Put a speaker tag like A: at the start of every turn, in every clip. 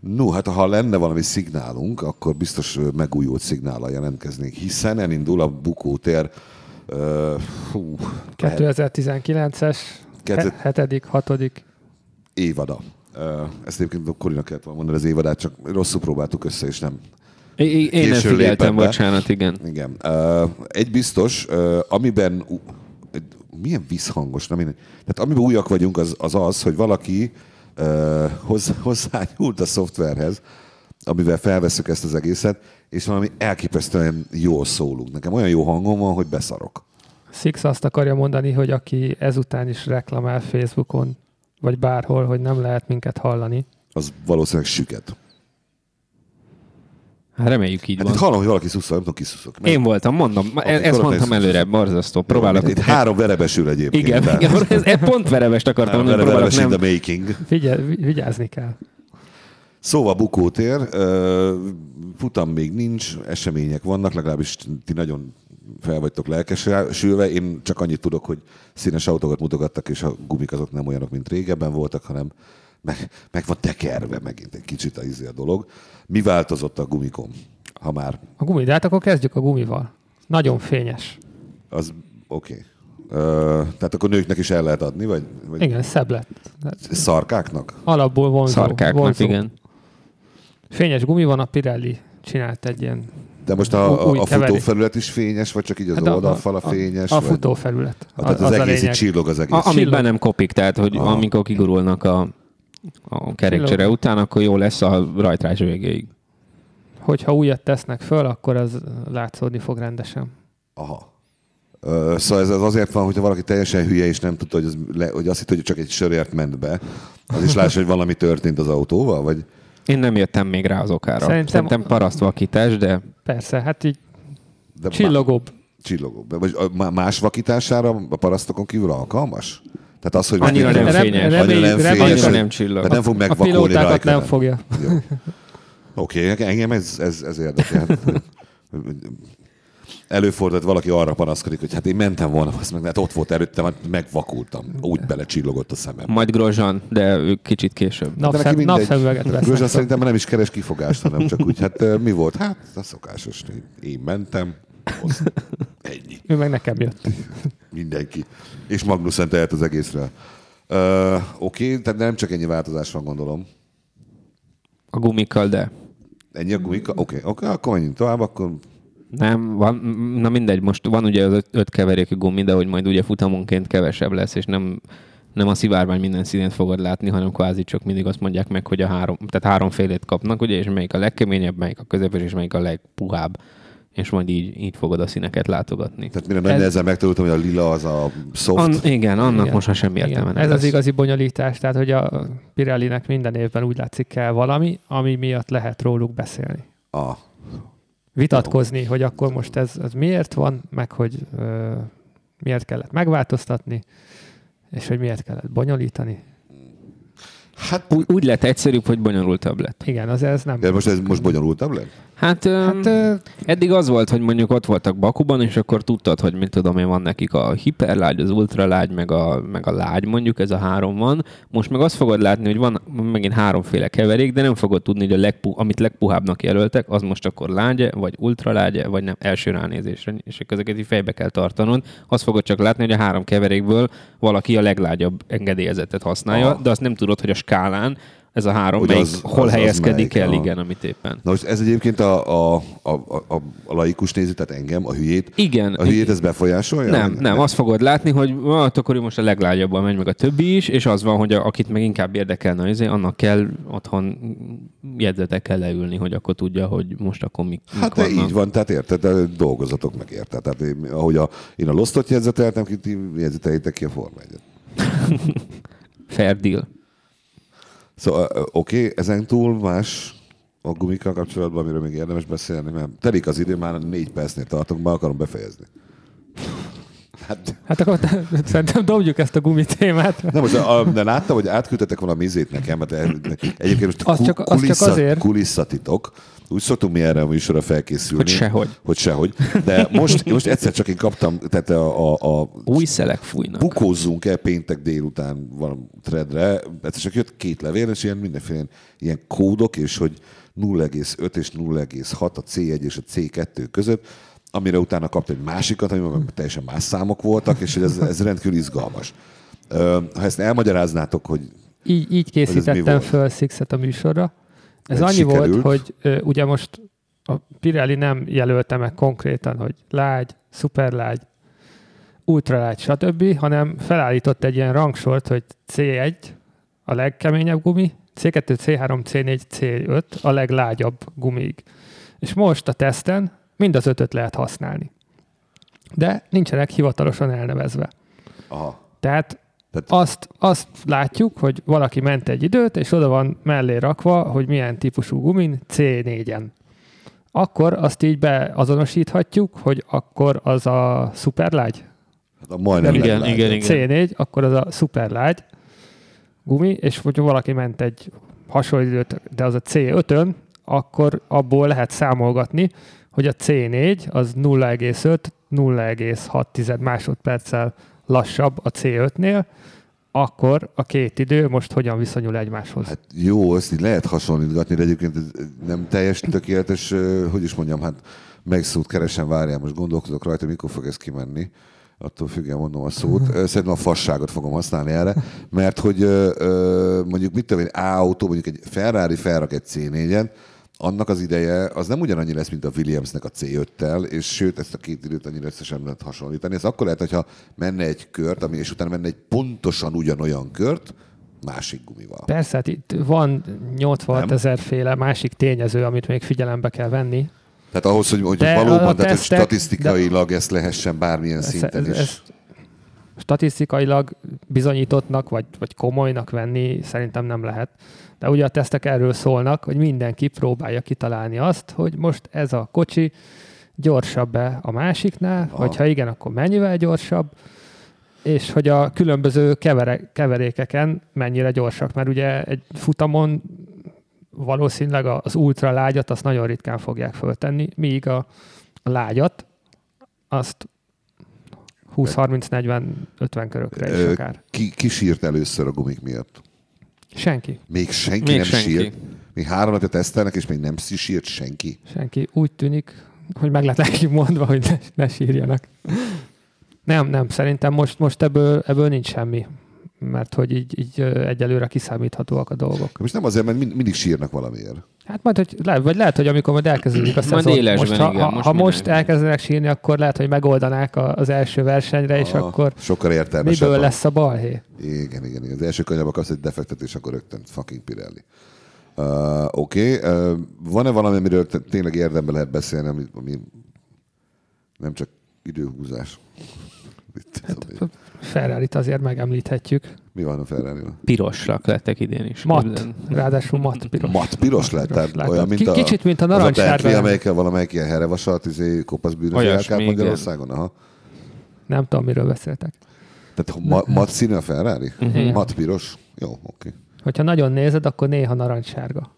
A: No, hát ha lenne valami szignálunk, akkor biztos megújult szignállal jelentkeznénk, hiszen elindul a bukótér uh, hú,
B: 2019-es,
A: Kettő-
B: 7., 6.
A: évada. Ö, Ezt egyébként a Korinak kellett volna mondani az évadát, csak rosszul próbáltuk össze, és nem.
C: É- é- Én nem
A: Későn
C: figyeltem,
A: lépett be.
C: bocsánat, igen.
A: Igen. Ö, Egy biztos, ö, amiben ú, egy- milyen visszhangos, nem én. Tehát amiben újak vagyunk, az az, az hogy valaki ö, hozzá, hozzányúlt a szoftverhez, amivel felveszük ezt az egészet, és valami elképesztően jól szólunk. Nekem olyan jó hangom van, hogy beszarok.
B: Six azt akarja mondani, hogy aki ezután is reklamál Facebookon, vagy bárhol, hogy nem lehet minket hallani.
A: Az valószínűleg süket.
C: Hát reméljük így
A: Hát itt
C: van.
A: hallom, hogy valaki szusszol, nem tudom, ki szuszok.
C: Én voltam, mondom, ma- e- ezt
A: korok
C: mondtam
A: lesz.
C: előre, borzasztó. Próbálok.
A: Itt három verebesül egyébként.
C: Igen,
A: tehát-
C: igen, ez, e pont verevest akartam
A: Nem,
C: mondani,
A: vele
C: próbálok
A: nem.
C: nem.
A: the making.
B: Figyel, vi- vigyázni kell.
A: Szóval bukótér, ö, futam még nincs, események vannak, legalábbis ti nagyon fel vagytok lelkesülve. Én csak annyit tudok, hogy színes autókat mutogattak, és a gumik azok nem olyanok, mint régebben voltak, hanem meg, meg van tekerve megint egy kicsit a izé a dolog. Mi változott a gumikon, ha már
B: A gumi, de hát akkor kezdjük a gumival. Nagyon fényes.
A: az oké. Ö, Tehát akkor nőknek is el lehet adni, vagy, vagy
B: Igen, szebb lett.
A: szarkáknak?
B: Alapból vonzó.
C: Szarkáknak,
B: vonzó.
C: igen.
B: Fényes gumi van, a Pirelli csinált egy ilyen.
A: De most a,
B: Új
A: a, a
B: keverék.
A: futófelület is fényes, vagy csak így az hát oldalfal a fényes?
B: A, a
A: vagy?
B: futófelület.
A: Hát, tehát az, az egész így csillog az egész.
C: A, amíg
B: Csillag.
C: be nem kopik, tehát hogy
A: Aha.
C: amikor kigurulnak a, a kerékcsere
B: Csillag.
C: után, akkor jó lesz a rajtrás végéig.
B: Hogyha újat tesznek föl, akkor az látszódni fog rendesen.
A: Aha. Ö, Szóval ez az azért van, hogyha valaki teljesen hülye és nem tudta, hogy, az le, hogy azt hitt, hogy csak egy sörért ment be, az is lássa, hogy valami történt az autóval, vagy
C: Én nem jöttem még rá az okára. Szerintem,
B: Szerintem-
C: Szerintem parasztvakítás, de
B: Persze, hát így
A: de
B: csillogóbb.
A: Má, csillogó. De Vagy a má- más vakítására a parasztokon kívül alkalmas? Tehát az, hogy
C: Annyira nem
B: Rem-
C: fényes.
B: reméljük-
A: Annyira nem
B: reméljük-
A: fényes,
C: annyira
A: hogy-
C: nem csillag.
A: Tehát Hát nem fog
B: A
A: megvakulni
B: pilótákat
A: rajta.
B: nem fogja.
A: Jó. Oké, okay, engem ez, ez, ez érdekel. Előfordult, valaki arra panaszkodik, hogy hát én mentem volna, azt meg, hát ott volt előttem, hát megvakultam. Úgy belecsillogott a szemem.
C: majd grozsan, de ők kicsit később.
A: neki
B: Napszem,
A: mindegy.
B: napszemüveget
A: Rózsa
B: vesznek.
A: szerintem nem is keres kifogást, hanem csak úgy, hát ö, mi volt? Hát a szokásos. Én mentem, azt, ennyi,
B: Ő meg nekem jött.
A: mindenki. És Magnussen tehet az egészre. Ö, Oké, tehát nem csak ennyi változás van, gondolom.
C: A gumikkal, de
A: Ennyi a gumika? Oké, oké, akkor menjünk tovább, akkor
C: nem, van, na mindegy, most van ugye az öt, öt keverékű gumi, de hogy majd ugye futamonként kevesebb lesz, és nem, nem a szivárvány minden színét fogod látni, hanem kvázi csak mindig azt mondják meg, hogy a három, tehát háromfélét kapnak, ugye, és melyik a legkeményebb, melyik a közepes, és melyik a legpuhább. És majd így, így fogod a színeket látogatni.
A: tehát mire nagy
B: Ez-
A: nehezen megtanultam, hogy a lila az a soft.
C: An, igen, annak
B: Igen.
C: most már semmi értelme
B: Igen,
C: nem
B: ez az
C: lesz.
B: igazi bonyolítás, tehát hogy a Pirellinek minden évben úgy látszik kell valami, ami miatt lehet róluk beszélni.
A: Ah,
B: Vitatkozni, hogy akkor most ez, ez miért van, meg hogy ö, miért kellett megváltoztatni, és hogy miért kellett bonyolítani.
A: hát,
C: Ú- úgy lett egyszerűbb, hogy bonyolultabb lett.
B: Igen, az ez nem.
A: de most ez most bonyolultabb lett?
C: Hát, hát
B: Hát, ö,
C: eddig az volt, hogy mondjuk ott voltak Bakuban, és akkor tudtad, hogy mit tudom én, van nekik a hiperlágy, az ultralágy, meg a, meg a lágy, mondjuk ez a három van. Most meg azt fogod látni, hogy van megint háromféle keverék, de nem fogod tudni, hogy a legpu, amit legpuhábbnak jelöltek, az most akkor lágye, vagy ultralágye, vagy nem első ránézésre, és akkor ezeket így fejbe kell tartanod. Azt fogod csak látni, hogy a három keverékből valaki a leglágyabb engedélyezetet használja,
A: Aha.
C: de azt nem tudod, hogy a skálán ez a három,
A: Ah. Hogy
C: melyik,
A: az-
C: hol
A: az- az
C: helyezkedik
A: melyik, Ah.
C: el,
A: aha.
C: igen, amit éppen.
A: Na most ez egyébként a, a, a, a, a laikus néző, tehát engem, a hülyét.
C: Igen.
A: A hülyét ez befolyásolja?
C: Nem, nem, azt fogod látni, hogy hát akkor ő most a leglágyabban megy meg a többi is, és az van, hogy a, akit meg inkább érdekelne, az, annak kell otthon jegyzetekkel leülni, hogy akkor tudja, hogy most akkor mik, mik
A: Hát de
C: vannak.
A: így van, tehát érted, de dolgozatok meg érted. Tehát én, ahogy a, én a Lostot jegyzeteltem ki, ti jegyzeteljétek ki a Forma 1-et.
C: Fair deal.
A: Szóval ö, ö, oké, okay, ezen túl más a gumikkal kapcsolatban, amiről még érdemes beszélni, mert telik az idő, már négy percnél tartunk, már akarom befejezni. Hát,
B: Hát akkor szerintem dobjuk ezt a gumitémát.
A: nem, most, a, de láttam, hogy átküldtetek valami izét nekem, mert e, egyébként most
B: Az csak- az csak azért.
A: kulisszatitok. Úgy szoktunk mi erre a műsorra felkészülni.
C: Hogy sehogy.
A: Hogy sehogy. De most, most egyszer csak én kaptam, tehát a, a, a
C: Új szelek fújnak.
A: bukózzunk el péntek délután valami threadre, egyszer csak jött két levél, és ilyen mindenféle ilyen kódok, és hogy 0,5 és 0,6 a C1 és a C2 között, amire utána kapta egy másikat, ami meg teljesen más számok voltak, és hogy ez, ez rendkívül izgalmas. Ö, Ha ezt elmagyaráznátok, hogy
B: Így, így
A: ez mi
B: készítettem
A: volt?
B: föl Sixet a műsorra. Ez
A: Ez
B: annyi
A: sikerült?
B: volt, hogy ö, ugye most a Pirelli nem jelölte meg konkrétan, hogy lágy, szuperlágy, ultralágy, stb., hanem felállított egy ilyen rangsort, hogy C1 a legkeményebb gumi, C2, C3, C4, C5 a leglágyabb gumig. És most a teszten mind az ötöt lehet használni. De nincsenek hivatalosan elnevezve.
A: aha,
B: Tehát
A: Tehát-
B: azt, azt látjuk, hogy valaki ment egy időt, és oda van mellé rakva, hogy milyen típusú gumin C4-en. Akkor azt így beazonosíthatjuk, hogy akkor az a szuperlágy.
A: hát a majdnem
B: Igen,
A: leglágyabb.
C: igen, igen.
B: C4, akkor az a szuperlágy gumi, és hogyha valaki ment egy hasonló időt, de az a C5-ön, akkor abból lehet számolgatni, hogy a C4 az 0,5-0,6 másodperccel lassabb a C5-nél, akkor a két idő most hogyan viszonyul egymáshoz. Hát,
A: Hát jó, ezt így lehet hasonlítgatni, de egyébként ez nem teljes tökéletes, ö, hogy is mondjam, hát meg szót keresem, várjál, most gondolkodok rajta, mikor fog ez kimenni. Attól függően mondom a szót. Ö, Szerintem a fasságot fogom használni erre, mert hogy ö, ö, mondjuk mit tudom én, A autó, mondjuk egy Ferrari felrak egy C4-en, annak az ideje az nem ugyanannyi lesz, mint a Williamsnek a C5-tel, és sőt, ezt a két időt annyira össze sem lehet hasonlítani. Ez akkor lehet, hogyha menne egy kört, ami, és utána menne egy pontosan ugyanolyan kört, másik gumival.
B: Persze, hát itt van 86 ezer féle másik tényező, amit még figyelembe kell venni.
A: Tehát ahhoz, hogy, hogy
B: De
A: valóban, tehát,
B: a
A: hogy
B: tesztek-
A: statisztikailag ezt lehessen bármilyen szinten
B: ez,
A: is.
B: ez statisztikailag bizonyítottnak vagy, vagy komolynak venni szerintem nem lehet. De ugye a tesztek erről szólnak, hogy mindenki próbálja kitalálni azt, hogy most ez a kocsi gyorsabb-e a másiknál,
A: Aha.
B: vagy ha igen, akkor mennyivel gyorsabb, és hogy a különböző kevere, keverékeken mennyire gyorsak, mert ugye egy futamon valószínűleg a- az ultra lágyat azt nagyon ritkán fogják föltenni, míg a a lágyat azt 20-30-40-50 körökre is
A: Ö,
B: akár.
A: Ki, ki sírt először a gumik miatt?
B: Senki.
A: Még senki
C: Még
A: nem
C: senki.
A: sírt. Még három napja tesztelnek, és még nem sírt senki.
B: Senki. Úgy tűnik, hogy meg lett nekik mondva, hogy ne, ne sírjanak. Nem, nem, szerintem most, most ebből, ebből nincs semmi. Mert hogy így, így ö, egyelőre kiszámíthatóak a dolgok.
A: Most nem azért, mert mind, mindig sírnak valamiért.
B: Hát majd, hogy le, vagy lehet, hogy amikor majd elkezdődik a
C: Majd
B: szezon,
C: élesben,
B: most, ha,
C: igen,
B: ha,
C: most
B: ha
C: minden-
B: most elkezdenek sírni, akkor lehet, hogy megoldanák a, az első versenyre, és
A: Aha,
B: akkor
A: Sokkal értelmesebb.
B: miből
A: Ah, a-
B: lesz a balhé?
A: Igen, igen, igen. Az első kanyarban kapsz egy defektet, és akkor rögtön fucking Pirelli. Uh, Oké. Okay. Uh, van-e valami, amiről te- tényleg érdemben lehet beszélni, ami, ami nem csak időhúzás? Mit tudom én.
B: Hát, Ferrari-t azért megemlíthetjük.
A: Mi van a ferrari
C: Pirosak lettek idén is.
B: Mat,
C: képzeld.
B: ráadásul mat piros.
A: Mat piros lett, tehát
B: Piros
A: olyan,
B: lett.
A: mint
B: Ki-
A: a,
B: Kicsit, mint a
A: az a Bentley,
B: narancssárga.
A: amelyikkel valamelyik ilyen herevasalt, izé, kopasz bűnös
C: Olyasmi,
A: járkált
C: igen.
A: Magyarországon. Aha.
B: Nem tudom, miről beszéltek.
A: Tehát ha ma, mat színű a Ferrari?
B: Mhm.
A: Mat piros? Jó, oké. Okay.
B: Hogyha nagyon nézed, akkor néha narancssárga.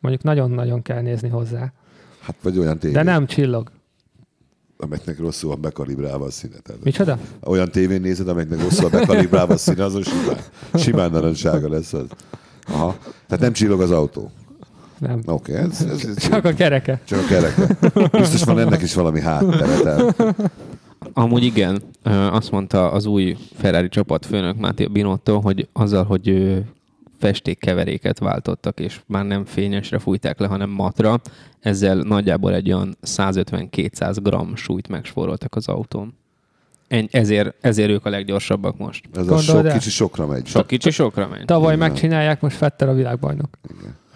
B: Mondjuk nagyon-nagyon kell nézni hozzá.
A: Hát vagy olyan tévé,
B: De nem csillog.
A: amelyiknek rosszul van bekalibrálva a színe. Tehát
B: Micsoda?
A: olyan tévén nézed, amelyiknek rosszul a bekalibrálva a színe, azon simán, simán narancsága lesz az. Aha. Tehát nem csillog az autó.
B: Nem.
A: Oké, okay, ez, ez, ez,
B: Csak a kereke.
A: csak a kereke. Biztos van ennek is valami háttere.
C: Amúgy igen, ö, azt mondta az új Ferrari csapatfőnök Máté Binotto, hogy azzal, hogy ö, festékkeveréket váltottak, és már nem fényesre fújták le, hanem matra, ezzel nagyjából egy olyan 150-200 g súlyt megspóroltak az autón. En- Ezért, ezért ők a leggyorsabbak most.
A: Ez a
B: Gondold
A: sok
B: el.
A: kicsi sokra megy.
C: Sok kicsi sokra ment.
B: Tavaly megcsinálják, most Fetter a világbajnok.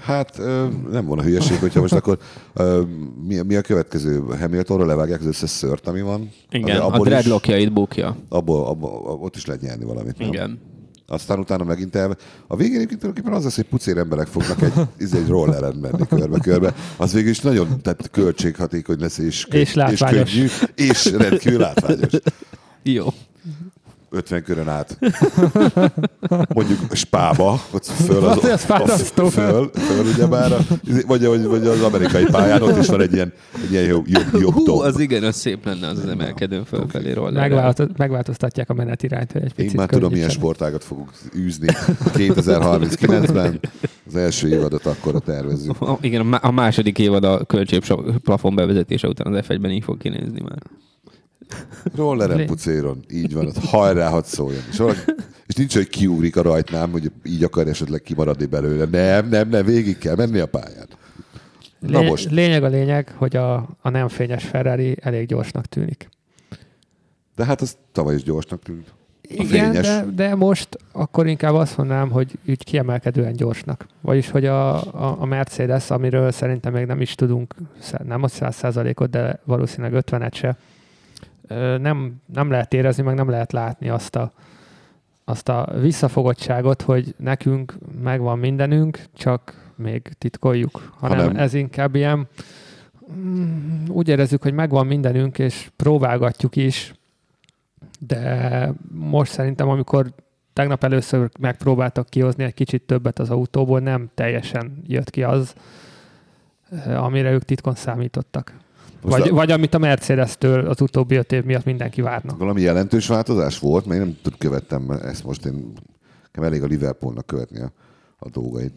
A: Hát ö, nem volna hülyeség, hogyha most akkor ö, mi, mi a következő? Hamiltonra levágják az összes szört, ami van.
C: Igen,
A: Azért
C: a
A: abból is,
C: dreadlockjait bukja.
A: abból, abból, ott is lehet nyerni valamit. Nem?
C: Igen.
A: Aztán utána megint el... A végén egyébként tulajdonképpen az lesz, hogy pucér emberek fognak egy, izé, egy rolleren menni körbe-körbe. Az végül is nagyon tehát költséghatékony lesz, és, kö-
B: És
A: és
B: látványos.
A: könnyű, és rendkívül látványos.
C: Jó.
A: 50 körön át. Mondjuk Spába, ott föl,
B: Az- az fárasztó.
A: föl, föl ugyebár, a, vagy, vagy, vagy, az amerikai pályán, ott is van egy ilyen, egy ilyen jobb, jobb, jobb
C: Hú,
A: domb.
C: az igen, az szép lenne az, az emelkedőn fölfelé rollerrel.
B: Megváltoz, megváltoztatják a menetirányt, hogy egy
A: Én
B: picit
A: már tudom, milyen
B: könnyítsenek.
A: sportágat fogunk űzni 2039-ben. Az első évadot akkor tervezzük.
C: A- Igen, a má- a második évad a költség plafon bevezetése után az F1-ben így fog kinézni már.
A: Rolleren
B: Lé-
A: pucéron, így van, ott hajrá, hadd szóljon. És, valaki, és nincs, hogy kiugrik a rajtnám, hogy így akar esetleg kimaradni belőle. Nem, nem, nem, végig kell menni a pályán. Na
B: Lé-
A: most.
B: Lényeg a lényeg, hogy a, a nem fényes Ferrari elég gyorsnak tűnik.
A: De hát az tavaly is gyorsnak tűnt.
B: Igen,
A: fényes.
B: de, de most akkor inkább azt mondanám, hogy úgy kiemelkedően gyorsnak. Vagyis, hogy a, a, a Mercedes, amiről szerintem még nem is tudunk, szá- nem a 100%-ot, de valószínűleg 50 se, ö, nem, nem lehet érezni, meg nem lehet látni azt a, azt a visszafogottságot, hogy nekünk megvan mindenünk, csak még titkoljuk. Hanem
A: Hanem-
B: Hanem. ez inkább ilyen, mm, úgy érezzük, hogy megvan mindenünk, és próbálgatjuk is, de most szerintem, amikor tegnap először megpróbáltak kihozni egy kicsit többet az autóból, nem teljesen jött ki az, eh, amire ők titkon számítottak.
A: Most
B: Vagy,
A: a-
B: vagy amit a Mercedes-től az utóbbi öt év miatt mindenki várna.
A: Valami jelentős változás volt, mert én nem tud követtem mert ezt most, én nekem elég a Liverpoolnak követni a, a dolgait.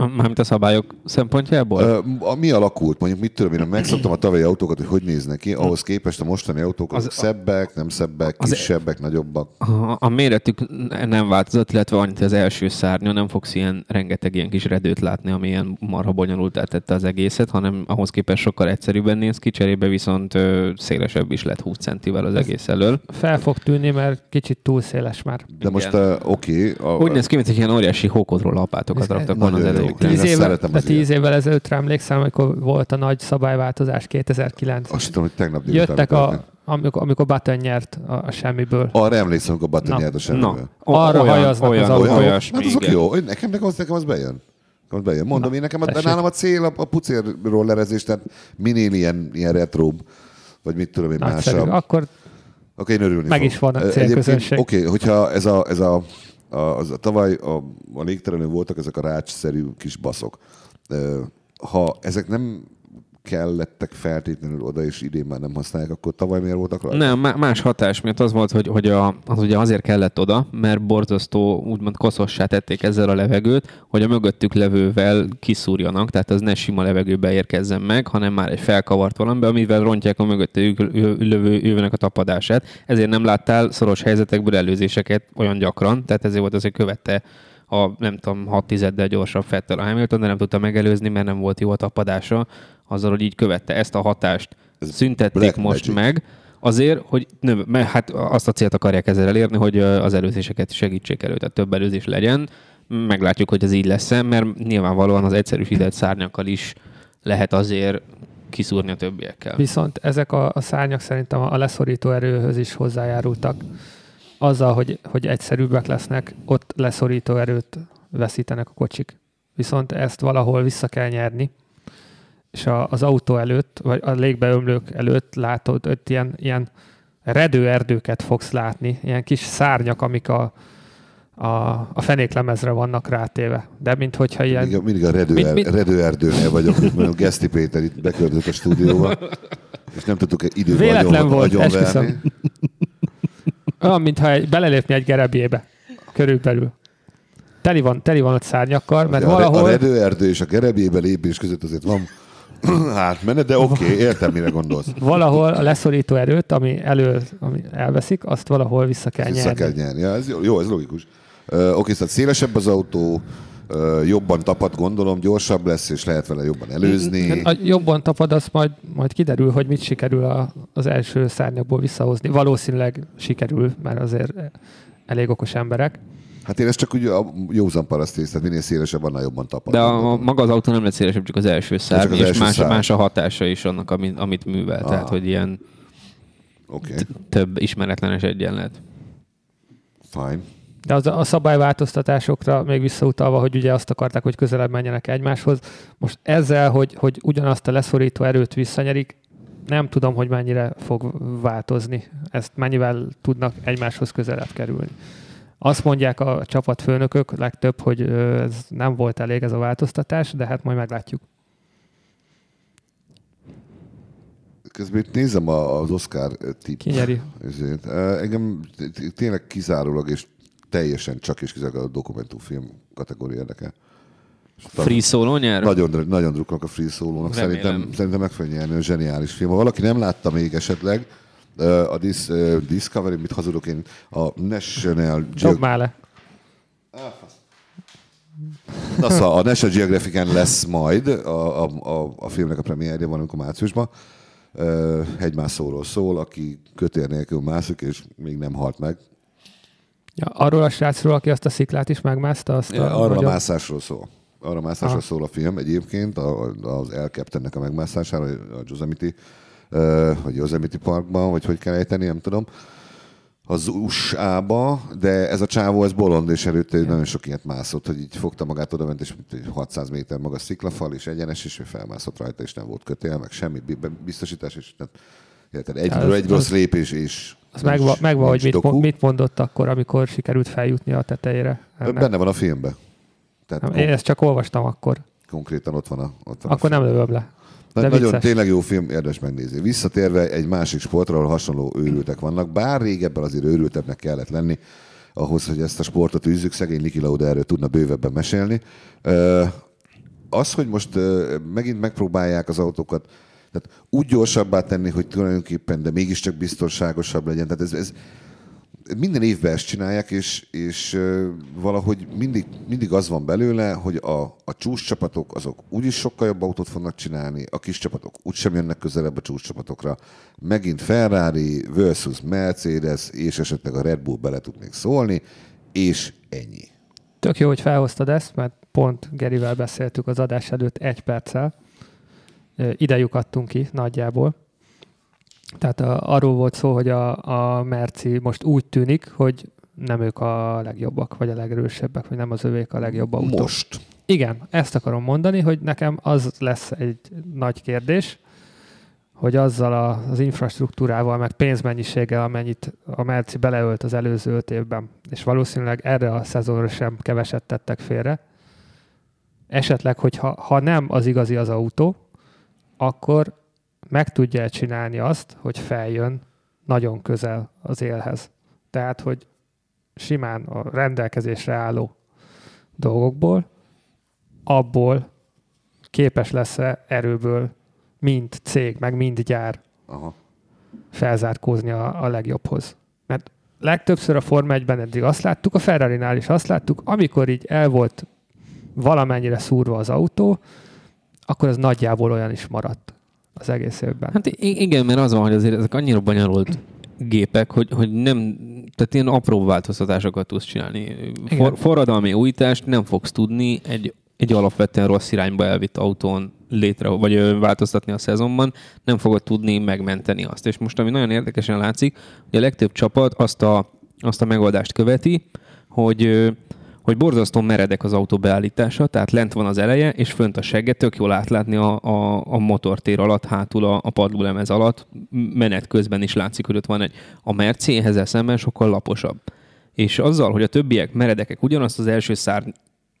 C: A- Mármint a szabályok szempontjából?
A: Ö, a, mi alakult? Mondjuk mit tudom én, megszoktam a tavalyi autókat, hogy hogy néznek ki, ahhoz képest a mostani autók azok szebbek, nem szebbek,
C: az-
A: kisebbek, nagyobbak.
C: A, a méretük n- nem változott, illetve annyit hogy az első szárnyon nem fogsz ilyen rengeteg ilyen kis redőt látni, ami ilyen marha bonyolultá tette az egészet, hanem ahhoz képest sokkal egyszerűbben néz ki, cserébe viszont ö, szélesebb is lett 20 centivel az
B: Ez-
C: egész elől.
B: Fel fog tűnni, mert kicsit túl széles már.
A: De most ö, oké. a-
C: Úgy néz ki, mint egy ilyen óriási hókodról lapátokat
B: Ez-
C: raktak
A: ez
C: volna az
A: nagyon jó.
C: elejükre.
A: Én
B: Tíz
A: ezt
B: évvel,
A: szeretem
B: de
A: az
B: tíz évvel ezelőttre emlékszem, amikor volt a nagy szabályváltozás 2009.
A: Azt tudom, hogy tegnap délután
B: Jöttek
A: történt.
B: a, amikor, amikor Button nyert a, a semmiből.
A: Arra emlékszem, amikor Button
B: Na,
A: nyert a
C: Na,
A: semmiből.
B: Arra
C: olyan,
B: hajaznak az
C: olyan,
B: autók.
C: olyan,
A: Olyan?
C: olyasmi,
A: Hát azok
C: igen.
A: jó. Én- Nekem, nekem, az, nekem az bejön. Nekem az bejön. Mondom,
B: Na,
A: én nekem a, de
B: tessék.
A: nálam a cél a, a pucér rollerezés, tehát minél ilyen, ilyen retróbb, vagy mit tudom én
B: Nagyszerű.
A: másabb.
B: Akkor
A: Akkor én örülni
B: Meg
A: fogok.
B: is van a
A: Ö,
B: célközönség.
A: egyébként, Oké, hogyha ez a, ez a, a, az a tavaly a, a légterelőn voltak ezek a rácsszerű kis baszok. Ö, Ha ezek nem kellettek feltétlenül oda, és idén már nem használják, akkor tavaly miért voltak rajta?
C: Nem, má- más hatás miatt az volt, hogy, hogy a, az ugye azért kellett oda, mert borzasztó, úgymond koszossá tették ezzel a levegőt, hogy a mögöttük levővel kiszúrjanak, tehát az ne sima levegőbe érkezzen meg, hanem már egy felkavart valamibe, amivel rontják a mögöttük lövő jövőnek a tapadását. Ezért nem láttál szoros helyzetekből előzéseket olyan gyakran, tehát ezért volt az, hogy követte a nem tudom, 6 tizeddel gyorsabb Fettel a Hamilton, de nem tudta megelőzni, mert nem volt jó a tapadása, azzal, hogy így követte ezt a hatást.
A: Ez
C: Szüntették
A: Black
C: most
A: Magic.
C: meg meg, azért, hogy növ, mert hát azt a célt akarják ezzel elérni, hogy ö, az előzéseket segítsék elő, tehát több előzés legyen. Meglátjuk, hogy ez így lesz-e, mert nyilvánvalóan az egyszerűsített szárnyakkal is lehet azért kiszúrni a többiekkel.
B: viszont ezek a, a szárnyak szerintem a leszorító erőhöz is hozzájárultak. Azzal, hogy, hogy egyszerűbbek lesznek, ott leszorító erőt veszítenek a kocsik. Viszont ezt valahol vissza kell nyerni, és a, az autó előtt, vagy a légbeömlők előtt látod, ott ilyen, ilyen redőerdőket fogsz látni, ilyen kis szárnyak, amik a, a, a fenéklemezre vannak rátéve. De minthogyha ilyen
A: Mindig, a- mindig a redő,
C: Mit-
A: mit,
C: mit-
A: mit? redőerdőnél vagyok, mint mondom, Geszti Péter itt beköltött a stúdióba, és nem tudtuk időben
B: Véletlen
A: agyon-
B: volt,
A: agyonverni.
B: esküszöm. Olyan, mintha egy, belelépni egy gerebjébe. Körülbelül. Teli van, teli van ott szárnyakkal, mert
A: a, re-
B: valahol...
A: a redőerdő és a gerebébe lépés között azért van átmenet, de oké, okay, értem, mire gondolsz.
B: Valahol a leszorító erőt, ami elő, ami elveszik, azt valahol vissza kell
A: Vissza
B: nyerni.
A: kell nyerni. Ja, ez jó, jó, ez logikus. Ö, Oké, szóval szélesebb az autó, ö, jobban tapad, gondolom, gyorsabb lesz, és lehet vele jobban előzni.
B: Hát, A jobban tapad, az majd, majd kiderül, hogy mit sikerül a, az első szárnyakból visszahozni. Valószínűleg sikerül, mert azért elég okos emberek.
A: Hát én ezt csak úgy a józan paraszt ész, tehát minél szélesebb, annál jobban tapad.
C: De a, a,
A: gondolom.
C: maga az autó nem lett szélesebb, csak az első szárny,
A: az
C: és
A: első
C: más,
A: szárny.
C: más a hatása is annak, amit, amit művel. Ah. Tehát, hogy ilyen
A: Oké,
C: több ismeretlenes egyenlet.
A: fine.
B: De az, a szabályváltoztatásokra még visszautalva, hogy ugye azt akarták, hogy közelebb menjenek egymáshoz. Most ezzel, hogy, hogy ugyanazt a leszorító erőt visszanyerik, nem tudom, hogy mennyire fog változni. Ezt mennyivel tudnak egymáshoz közelebb kerülni. Azt mondják a csapatfőnökök legtöbb, hogy ö, ez nem volt elég ez a változtatás, de hát majd meglátjuk.
A: Közben itt nézem a- az Oscar tip.
B: Ki nyeri?
A: Ezért. Eh, Engem t- t- tényleg kizárólag és teljesen csak és kizárólag a dokumentumfilm kategória érdekel. És
C: Free solo nyer?
A: Nagyon, nagyon drukkolok a Free Solo-nak.
C: Remélem.
A: Szerintem, szerintem meg fogja nyerni a zseniális film. Ha valaki nem látta még esetleg, ö, a Dis, ö, Discovery, mit hazudok én, a National
B: Dob
A: Geographic
B: már le.
A: Na szóval a National geographic lesz majd a, a, a, a filmnek a premierje van, amikor márciusban. Uh, hegymászóról szól, aki kötél nélkül mászik, és még nem halt meg.
B: Ja, arról a srácról, aki azt a sziklát is megmászta, azt
A: Ja,
B: a,
A: arra
B: vagy
A: a
B: a-
A: mászásról szól. Arra a mászásról
B: Aha.
A: szól a film egyébként, a, a- az El Captainnek a megmászására, a Yosemite, ö, vagy Yosemite Parkban, vagy hogy kell ejteni, nem tudom. Az USA-ba, de ez a csávó, ez bolond, és előtte nagyon sok ilyet mászott, hogy így fogta magát oda ment, és egy 600 méter magas sziklafal, és egyenes, és ő felmászott rajta, és nem volt kötél, meg semmi bi- biztosítás, és nem, érted, egy,
B: Ja, az-
A: egy rossz
B: az-
A: lépés, és
B: Az megvan, megvan hogy
A: nincs
B: mit,
A: doku.
B: mo- mit mondott akkor, amikor sikerült feljutni a tetejére. Nem, nem.
A: Benne van a filmben. Tehát
B: Nem,
A: kon-
B: én ezt csak olvastam akkor.
A: konkrétan ott van a, ott van a
B: Akkor nem lövöm le.
A: Na,
B: De
A: nagyon
B: vicces.
A: tényleg jó film, érdemes megnézni. Visszatérve egy másik sportra, ahol hasonló őrültek vannak, bár régebben azért őrültebbnek kellett lenni, ahhoz, hogy ezt a sportot űzzük, szegény Niki Lauda erről tudna bővebben mesélni. Ö, Az, hogy most ö, megint megpróbálják az autókat tehát úgy gyorsabbá tenni, hogy tulajdonképpen, de mégiscsak biztonságosabb legyen. Tehát ez, ez, minden évben ezt csinálják, és, és ö, valahogy mindig, mindig az van belőle, hogy a, a csúcscsapatok azok úgyis sokkal jobb autót fognak csinálni, a kis csapatok úgysem jönnek közelebb a csúcscsapatokra. Megint Ferrari versus Mercedes, és esetleg a Red Bull bele tud még szólni, és ennyi.
B: Tök jó, hogy felhoztad ezt, mert pont Gerivel beszéltük az adás előtt egy perccel. Ö, Idejük adtunk ki nagyjából. Tehát a, arról volt szó, hogy a, a Merci most úgy tűnik, hogy nem ők a legjobbak, vagy a legerősebbek, vagy nem az övék a legjobb autó.
A: Most.
B: Igen, ezt akarom mondani, hogy nekem az lesz egy nagy kérdés, hogy azzal a, az infrastruktúrával, meg pénzmennyiséggel, amennyit a Merci beleölt az előző öt évben, és valószínűleg erre a szezonra sem keveset tettek félre, esetleg, hogy ha, ha nem az igazi az autó, akkor meg tudja csinálni azt, hogy feljön nagyon közel az élhez. Tehát, hogy simán a rendelkezésre álló dolgokból abból képes lesz-e erőből mind cég, meg mind gyár
A: Aha.
B: felzárkózni a, a legjobbhoz. Mert legtöbbször a Forma 1-ben eddig azt láttuk, a Ferrari-nál is azt láttuk, amikor így el volt valamennyire szúrva az autó, akkor ez nagyjából olyan is maradt az egész évben.
C: Hát i- igen, mert az van, hogy azért ezek annyira bonyolult gépek, hogy, hogy nem, tehát ilyen apró változtatásokat tudsz csinálni. For, forradalmi újítást nem fogsz tudni egy, egy alapvetően rossz irányba elvitt autón létre, vagy ö, változtatni a szezonban, nem fogod tudni megmenteni azt. És most, ami nagyon érdekesen látszik, hogy a legtöbb csapat azt a, azt a megoldást követi, hogy ö, hogy borzasztó meredek az autó beállítása, tehát lent van az eleje, és fönt a segge, tök jól átlátni a, a, a motortér alatt, hátul a, a padlólemez alatt, M- menet közben is látszik, hogy ott van egy. A Merci ehhez szemben sokkal laposabb. És azzal, hogy a többiek meredekek ugyanazt az első szárny,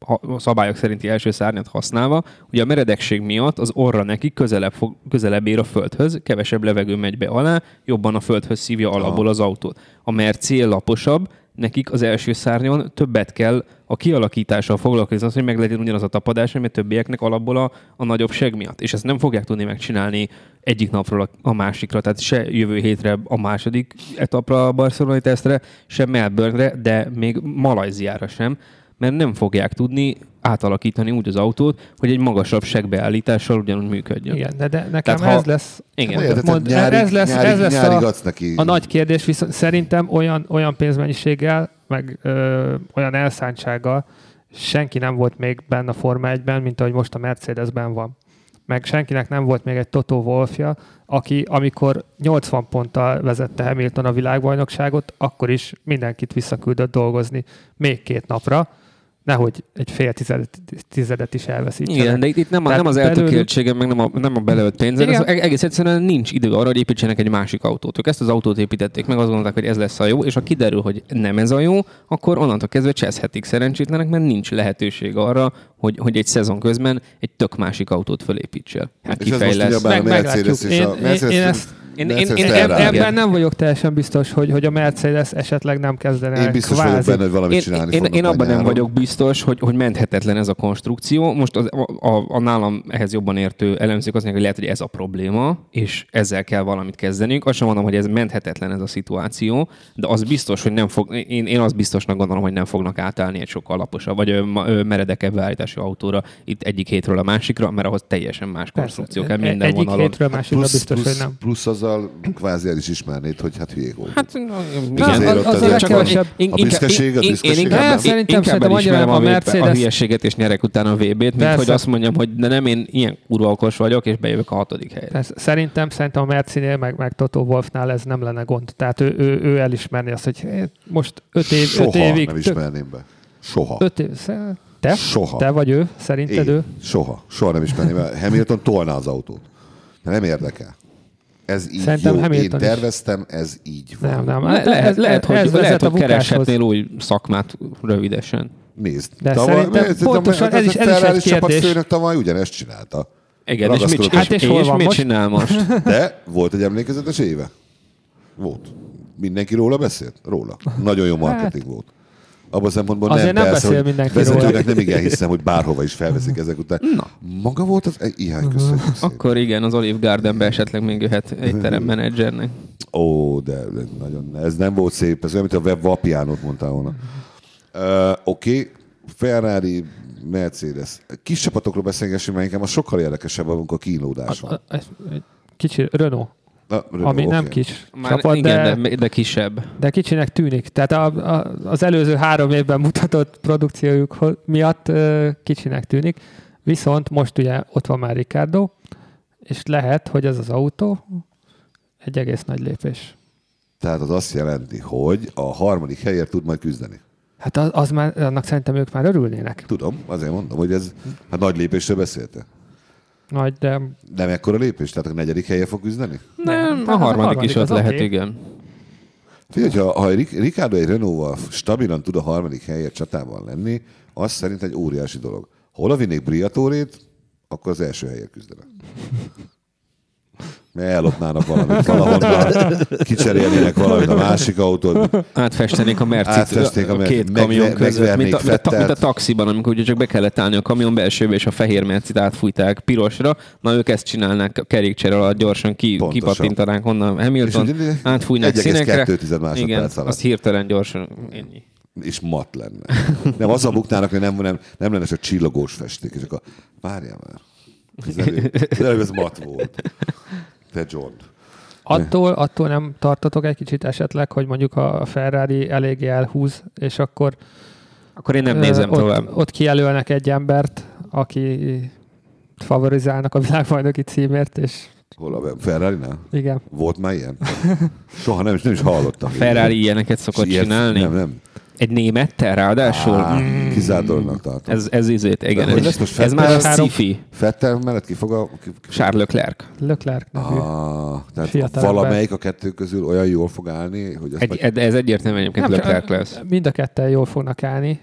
C: ha- a szabályok szerinti első szárnyat használva, ugye a meredekség miatt az orra neki közelebb, fog, közelebb ér a földhöz, kevesebb levegő megy be alá, jobban a földhöz szívja alapból az autót. A Merci laposabb, nekik az első szárnyon többet kell a kialakítással foglalkozni, az, hogy meglegyen ugyanaz a tapadás, ami a többieknek alapból a, a nagyobb seg miatt. És ezt nem fogják tudni megcsinálni egyik napról a, a másikra, tehát se jövő hétre a második etapra a barcelonai tesztre, se Melbourne-re, de még Malajziára sem, mert nem fogják tudni átalakítani úgy az autót, hogy egy magasabb segbeállítással ugyanúgy működjön.
B: Igen, de, de nekem
C: Tehát ha-
B: ez lesz
C: Igen.
A: Érted,
B: Mond,
A: tehát nyárig-
B: ez lesz,
A: nyárig-
B: ez lesz
A: nyárig
B: a,
A: adsz neki.
B: a nagy kérdés, viszont szerintem olyan, olyan pénzmennyiséggel, meg ö, olyan elszántsággal senki nem volt még benne a Forma 1-ben, mint ahogy most a Mercedesben van. Meg senkinek nem volt még egy Toto Wolfja, aki amikor 80 ponttal vezette Hamilton a világbajnokságot, akkor is mindenkit visszaküldött dolgozni még két napra, nehogy egy fél tizedet, tizedet is elveszítsenek.
C: Igen, de itt, itt nem, a,
B: Tehát
C: nem az
B: belőlük-
C: eltökéltségem, meg nem a, nem a belőtt pénzed,
B: Igen.
C: ez eg- egész egyszerűen nincs idő arra, hogy építsenek egy másik autót. Ők ezt az autót építették, meg azt gondolták, hogy ez lesz a jó, és ha kiderül, hogy nem ez a jó, akkor onnantól kezdve cseszhetik szerencsétlenek, mert nincs lehetőség arra, hogy, hogy egy szezon közben egy tök másik autót fölépítsél. Hát
A: És ez most
C: kifejlesz.
A: ugye bár a
B: Meg- meglátjuk.
A: Mercedes és a
B: Én- én-
A: Mercedes.
B: én ezt-
C: én- én-
A: Mercedes
C: én-
B: Én
C: én-
A: Ferrari.
C: Ferrari.
B: ebben nem vagyok teljesen biztos, hogy, hogy a Mercedes esetleg nem kezdene
A: Én biztos
B: kvázi.
A: vagyok benne, hogy valamit
C: Én,
A: csinálni
C: én,
A: fognak
C: én
A: majd
C: abban nem
A: nyáron.
C: vagyok biztos, hogy, hogy menthetetlen ez a konstrukció. Most az, a, a, a nálam ehhez jobban értő elemzők azt mondják, hogy lehet, hogy ez a probléma, és ezzel kell valamit kezdenünk. Azt sem mondom, hogy ez menthetetlen ez a szituáció, de az biztos, hogy nem fog, én, én azt biztosnak gondolom, hogy nem fognak átállni egy sokkal laposabb, vagy ö, ma- ö, meredekebb állítású autóra itt egyik hétről a másikra, mert ahhoz teljesen más
B: Persze.
C: konstrukció kell
B: E-
C: hát minden
B: Egyik
C: vonalon.
B: hétről másikra biztos,
A: Hát plusz,
B: hogy nem.
A: plusz azzal kvázi el is ismernéd, hogy hát hülyék voltunk.
C: Hát,
A: igen. azért ott azért
C: csak
B: kevesebb.
C: in-
A: A
C: inkább-
A: büszkeség, az
C: in-
A: büszkeség.
C: Én inkább,
A: Nem,
C: én-
B: Hát, szerintem-
C: inkább
B: szerintem annyira
C: elismerem
B: nem a
C: a, Mercedes... a
B: Mercedes-
C: hülyeséget, és nyerek utána a VB-t, mint
B: Persze.
C: hogy azt mondjam, hogy de nem, én ilyen kurva okos vagyok, és bejövök a hatodik helyre.
B: Tehát szerintem, szerintem a Mercinél, meg, meg Toto Wolfnál ez nem lenne gond. Tehát ő, ő, ő elismerni azt, hogy eh, most öt, év, öt
A: Soha
B: évig...
A: nem
B: tök-
A: ismerném be. Soha.
B: öt év, sze- te?
A: Soha.
B: Te vagy ő? Szerinted
A: Én.
B: ő?
A: Soha. Soha nem ismerném el. Hamilton tolná az autót. De nem érdekel. Ez így
B: Szerintem
A: jó. Én
B: Hamilton is.
A: terveztem, ez így van.
B: Nem, nem.
C: Le,
B: Hát
C: lehet, lehet, hogy,
B: vezet
C: lehet,
B: a
C: hogy
B: bukáshoz.
C: kereshetnél új szakmát rövidesen.
A: Nézd.
B: De szerintem
A: nézd,
B: pontosan ez is- ez is egy
A: Ferrari
B: kérdés.
A: csapatfőnök tavaly ugyanezt csinálta.
C: Igen, és mit,
A: Ragaszkodott
C: és,
B: Hát és hol
C: és
B: van
C: mit
B: most?
C: csinál most?
A: De volt egy emlékezetes éve. Volt. Mindenki róla beszélt? Róla. Nagyon jó marketing volt. Abban a szempontból
B: Hát. Azért
A: nem,
B: nem
A: persze,
B: beszél
A: hogy
B: mindenki
A: vezetőnek
B: róla.
A: nem igen hiszem, hogy bárhova is felveszik ezek után. Na. Maga volt az... Ihány, köszönjük szépen.
C: Akkor igen, az Olive Gardenbe esetleg még jöhet egy teremmenedzsernek.
A: Ó, de de nagyon, ez nem volt szép, ez olyan, mint a web vapiánot mondtál volna. Uh, Oké, okay. Ferrari, Mercedes. Kis csapatokról beszélgessünk, mert inkább az sokkal érdekesebb, amikor kínlódás van.
B: A- ez- egy Kicsi, Renault,
A: Na, Renault,
B: ami nem
A: oké.
B: kis
C: Már
B: csapat, de,
C: igen, de, de kisebb.
B: de kicsinek tűnik. Tehát a, a, az előző három évben mutatott produkciójuk ho- miatt ö, kicsinek tűnik, viszont most ugye ott van már Ricardo, és lehet, hogy ez az autó egy egész nagy lépés.
A: Tehát az azt jelenti, hogy a harmadik helyért tud majd küzdeni.
B: Hát az, az már, annak szerintem ők már örülnének.
A: Tudom, azért mondom, hogy ez hát nagy lépésről beszélte.
B: Nagy, de
A: Nem ekkora lépés, tehát a negyedik helyen fog küzdeni?
C: Nem,
B: hát
C: a
B: az
C: harmadik is ott
B: az
C: lehet,
B: oké.
C: igen.
A: Figyelj, ha, ha Rik- Ricardo egy Renault-val stabilan tud a harmadik helyért csatában lenni, az szerint egy óriási dolog. Ha oda vinnék Briatórét, akkor az első helyért küzdene. Mert ellopnának valamit valahonnan, kicserélnének valamit a másik autót.
C: Átfestenék a
A: Átfesték
C: mercit
A: a
C: a
A: Mercit.
C: két
A: Meg-
C: kamion
A: meg-
C: között, mint a,
A: megvernék
C: mint, a, ta-
A: Fettelt.
C: mint a taxiban, amikor ugye csak be kellett állni a kamion belsőbe, és a fehér mercit átfújták pirosra. Na ők ezt csinálnák a kerékcsere alatt gyorsan, ki,
A: Pontosan.
C: kipattintanák onnan Hamilton,
A: És ugye
C: átfújnák
A: 1,2
C: színekre.
A: másodperc
C: Igen,
A: alatt.
C: azt hirtelen gyorsan. Ennyi.
A: És mat lenne. Nem, az a buknának, hogy nem, nem, nem lenne csak csillogós festék. És akkor várjál már. Ez előbb, ez, előbb ez mat volt. Te John.
B: Attól, attól nem tartotok egy kicsit esetleg, hogy mondjuk a Ferrari eléggé elhúz, és akkor
C: Akkor én nem
B: ö,
C: nézem
B: ott,
C: tovább.
B: ott kijelölnek egy embert, aki favorizálnak a világbajnoki címért, és
A: Hol a Ferrari-nál?
B: igen.
A: Volt már ilyen? Soha nem, is- nem is hallottam.
C: Ferrari ilyeneket szokott
A: Ilyet-
C: csinálni.
A: Nem, nem.
C: Egy némettel ráadásul.
A: Á,
C: Mm.
A: Kizártólagnak tartom. Ez...
C: Ez, ez izét, igen.
A: hogy
C: Ez,
A: lesz most
C: ez már a
B: Ferrari?
C: sci-fi.
A: Fettel mellett ki fog a... Ki, ki...
C: Charles Leclerc.
B: Leclerc nevű.
A: Ah, tehát
B: Fiatalember.
A: valamelyik a kettő közül olyan jól fog állni, hogy azt
C: Egy,
A: majd...
C: ez egyértelműen egyébként
B: Nem, csak-
C: Leclerc lesz.
B: Mind a ketten jól fognak állni,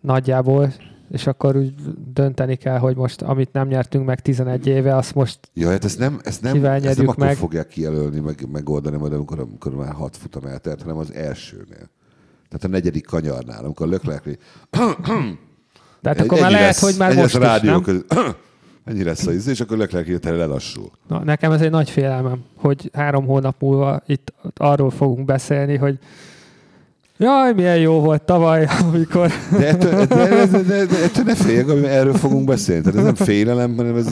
B: nagyjából, és akkor úgy dönteni kell, hogy most amit nem nyertünk meg 11 éve, azt most
A: Ja, hát ezt nem, ezt nem,
B: Kivel
A: ezt nem
B: nyerjük
A: akkor
B: meg?
A: fogják kijelölni, meg, megoldani majd, amikor, amikor már hat futam eltelt, hanem az elsőnél. Tehát a negyedik kanyarnál, amikor löklerkli.
B: tehát Hát akkor már lehet, hogy már most is,
A: rádió
B: nem?
A: közül. Ennyi lesz a íz, és akkor löklerkli hirtelen lelassul.
B: Na, nekem ez egy nagy félelmem, hogy három hónap múlva itt arról fogunk beszélni, hogy jaj, milyen jó volt tavaly, amikor...
A: De ettől, de, de, de, de ettől ne féljek, ami erről fogunk beszélni. Tehát ez nem félelem, hanem ez,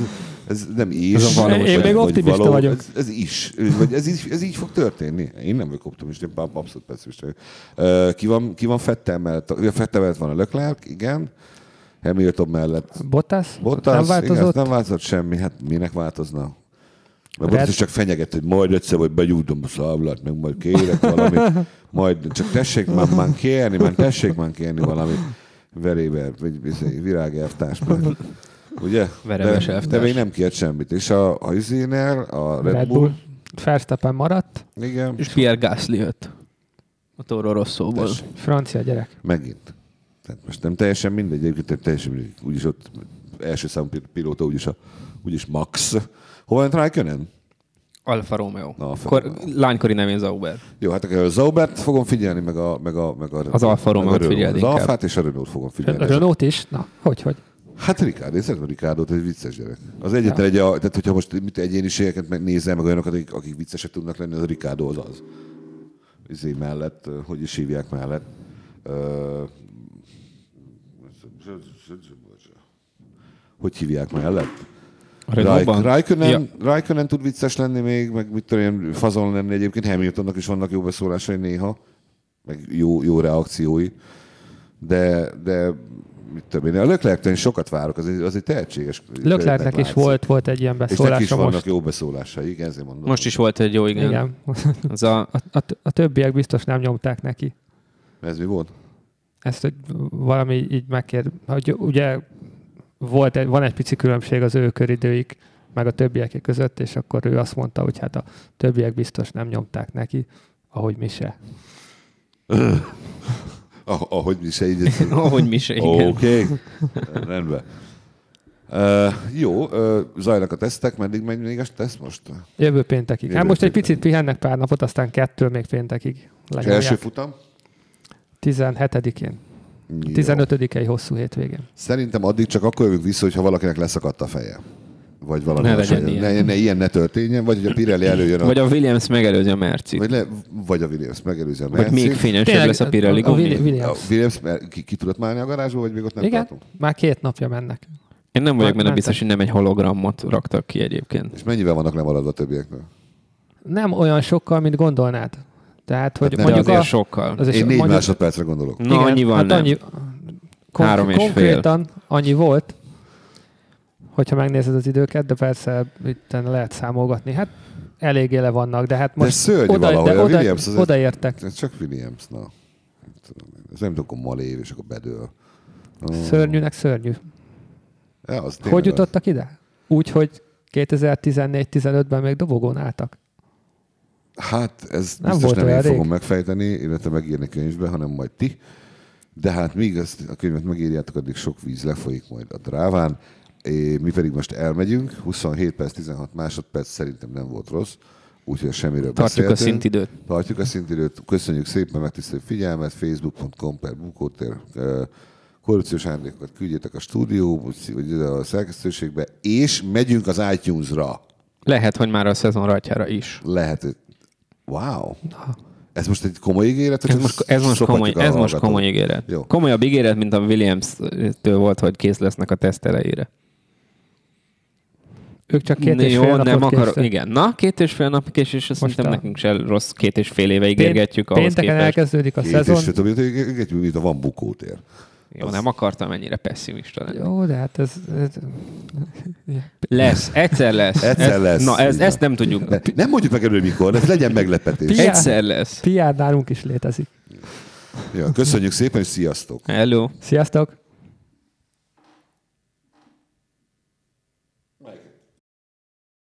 A: ez nem is.
C: Ez a valós. Én
A: vagy-
B: még
A: vagy
B: optimista
A: való.
B: vagyok.
A: Ez, ez is. Vagy ez, így, ez így fog történni. Én nem vagyok optimista, én abszolút pessimista vagyok. Ö, Ki van, ki van Fettel mellett? Ja, Fettel mellett van a Leclerc, igen. Hamilton mellett
B: Bottas?
A: Bottas,
B: nem változott?
A: Igen, nem változott semmi, hát minek változna? Mert
B: Red-
A: Red... Bottas csak fenyeget, hogy majd egyszer, hogy begyújtom a száblát, meg majd kérek valamit, majd csak tessék már, már kérni, már tessék már kérni valamit. veréber, vagy izé, virágertás, mert, ugye?
C: Veremes
A: de, de
C: elvtárs.
A: még nem kért semmit. És a, a Izénél, a Red,
B: Red
A: Bull,
B: Bull. Verstappen maradt,
A: igen,
C: És Pierre Gasly jött. A Toro Rosszóból.
A: Tessék.
B: francia gyerek.
A: megint. Tehát most nem teljesen mindegy, egyébként nem teljesen mindegy. Úgyis ott első számú pi- pilóta, úgyis, a, úgyis Max. Hol van Räikkönen?
C: Alfa Romeo.
A: Alfa
C: Kor,
A: Romeo.
C: lánykori nevén Zauber.
A: Jó, hát akkor a Zaubert fogom figyelni, meg a... Meg a, meg a
C: Az Alfa Romeo-t
A: meg a Renault.
C: figyeld
A: Az
C: inkább.
A: Alfát és a Renault fogom figyelni.
B: Hát, Renault is? Na, hogy, hogy?
A: Hát Ricardo, én szeretem Ricardo, egy vicces gyerek. Az egyetlen egy, a, tehát hogyha most mit egyéniségeket megnézem, meg olyanokat, akik, akik viccesek tudnak lenni, az Ricardo az az. Izé mellett, ö, hogy is hívják mellett. Ö, Hogy hívják mellett?
C: A
A: Raik-
C: Renault-ban?
A: Raikkonen,
C: Ja.
A: Raikkonen tud vicces lenni még, meg mit tudom én, fazon lenni egyébként, Hamiltonnak is vannak jó beszólásai néha, meg jó, jó reakciói, de, de mit tudom én, a Leclerc-től én sokat várok, az egy, az egy tehetséges.
B: Leclercnek
A: látszik.
B: is volt, volt egy ilyen
A: És neki is
B: beszólása
A: vannak
B: most.
A: most. jó beszólásai, igen, ezért mondom.
C: Most is volt egy jó, igen. igen.
B: Igen.
C: Az a,
B: A, a, a többiek biztos nem nyomták neki.
A: Ez mi volt?
B: Ezt hogy valami így megkér. Hogy ugye volt egy, van egy pici különbség az ő köridőik, meg a többieké között, és akkor ő azt mondta, hogy hát a többiek biztos nem nyomták neki, ahogy mi se.
A: Ah, ahogy mi se így. ez-
C: ahogy mi se, igen.
A: Oké, okay. rendben. Uh, jó, uh, zajlanak a tesztek, meddig megy még a teszt most?
B: Jövő péntekig.
A: Jövő
B: hát most egy
A: péntek.
B: picit pihennek pár napot, aztán kettől még péntekig.
A: És
B: Legalább
A: első futam?
B: 17-én,
A: Jó.
B: 15-i hosszú hétvégén.
A: Szerintem addig csak akkor jövünk vissza, hogyha valakinek leszakadt a feje. Vagy valami
C: Ne
A: más,
C: legyen
A: vagy-
C: ilyen.
A: Ne, ne, ilyen ne történjen, vagy hogy a Pirelli előjön a...
C: Vagy a Williams megelőzi a Mercit. Vagy,
A: vagy, le, vagy a Williams megelőzi a
C: vagy
A: Mercedes.
C: még fényesebb lesz a Pirelli
B: a
C: gumi.
B: Willi-
A: A
B: Williams.
A: Williams mer- ki, ki tudott márni a garázsba, vagy még ott nem
B: Igen,
A: tartunk?
B: már két napja mennek.
C: Én nem vagyok benne
B: Mentek.
C: biztos, hogy nem egy hologramot raktak ki egyébként.
A: És mennyivel vannak lemaradva a többieknek?
B: Nem olyan sokkal, mint gondolnád. Tehát, hogy
A: Hát nem
C: De
B: mondjuk
C: azért
B: a,
C: sokkal.
B: az
A: Én
B: is
A: négy
B: mondjuk-
A: másodpercre gondolok.
C: Na, igen, annyi van, hát nem. Annyi...
B: kon-
C: Három és fél.
B: konkrétan annyi volt, hogyha megnézed az időket, de persze itt lehet számolgatni. Hát eléggé le vannak, de hát
A: De
B: most
A: szörnyű
B: oda,
A: valahogy,
B: de
A: a
B: oda,
A: Williams azért-
B: odaértek.
A: Ez csak Williams, na. Nem tudom én. Ez nem tudom, akkor malév, és akkor bedől. Ah.
B: Szörnyűnek szörnyű.
A: Ja, az tényleg
B: Hogy
A: az.
B: jutottak ide? Úgy, hogy 2014-15-ben még dobogón álltak.
A: Hát ez nem
B: Nem
A: biztos
B: volt
A: nem én
B: olyan rég.
A: fogom megfejteni, illetve megírni könyvbe, hanem majd ti. De hát míg ezt a könyvet megírjátok, addig sok víz lefolyik majd a dráván. É, mi pedig most elmegyünk, 27 perc, 16 másodperc szerintem nem volt rossz, úgyhogy semmiről
C: Tartjuk a
A: beszéltünk.
C: szintidőt.
A: Tartjuk a szintidőt, köszönjük szépen megtisztelő figyelmet, facebook.com per bukótér, ö, korrupciós árnyékokat küldjétek a stúdió, vagy ide a szerkesztőségbe, és megyünk az iTunes-ra.
C: Lehet, hogy már a szezon rajtjára is.
A: Lehet. hogy- Wow. Ez most egy komoly ígéret? vagy
C: Ez
A: csak
C: most, ez most,
A: szopatjuk
C: komoly,
A: a
C: ez most
A: hallgatót?
C: komoly ígéret.
A: Jó.
C: Jó. Komolyabb ígéret, mint a Williams-től volt, hogy kész lesznek a teszt elejére.
B: Ők csak két és
C: Jó,
B: fél napot
C: nem akarok.
B: készültek.
C: Igen, na, két és fél napig, és, és azt
B: Most
C: szerintem
B: a-
C: nekünk se rossz két és fél éve
B: Pént-
C: ígérgetjük ahhoz
B: Pénteken
C: képest.
B: elkezdődik a
A: Két és
B: szezon.
A: fél, tudom, hogy egy mint a van bukótér.
C: Jó, nem akartam ennyire pessimista lenni.
B: Jó, de hát ez... ez
C: Lesz, egyszer lesz.
A: Egyszer
C: Ez-
A: lesz.
C: Na,
A: Így
C: ez,
A: van.
C: ezt nem tudjuk.
A: Ne, nem mondjuk meg elő, mikor, ez legyen meglepetés.
B: Pi-
C: Egyszer lesz.
B: PR nálunk is létezik.
A: Ja, köszönjük szépen, és sziasztok!
C: Hello.
B: Sziasztok!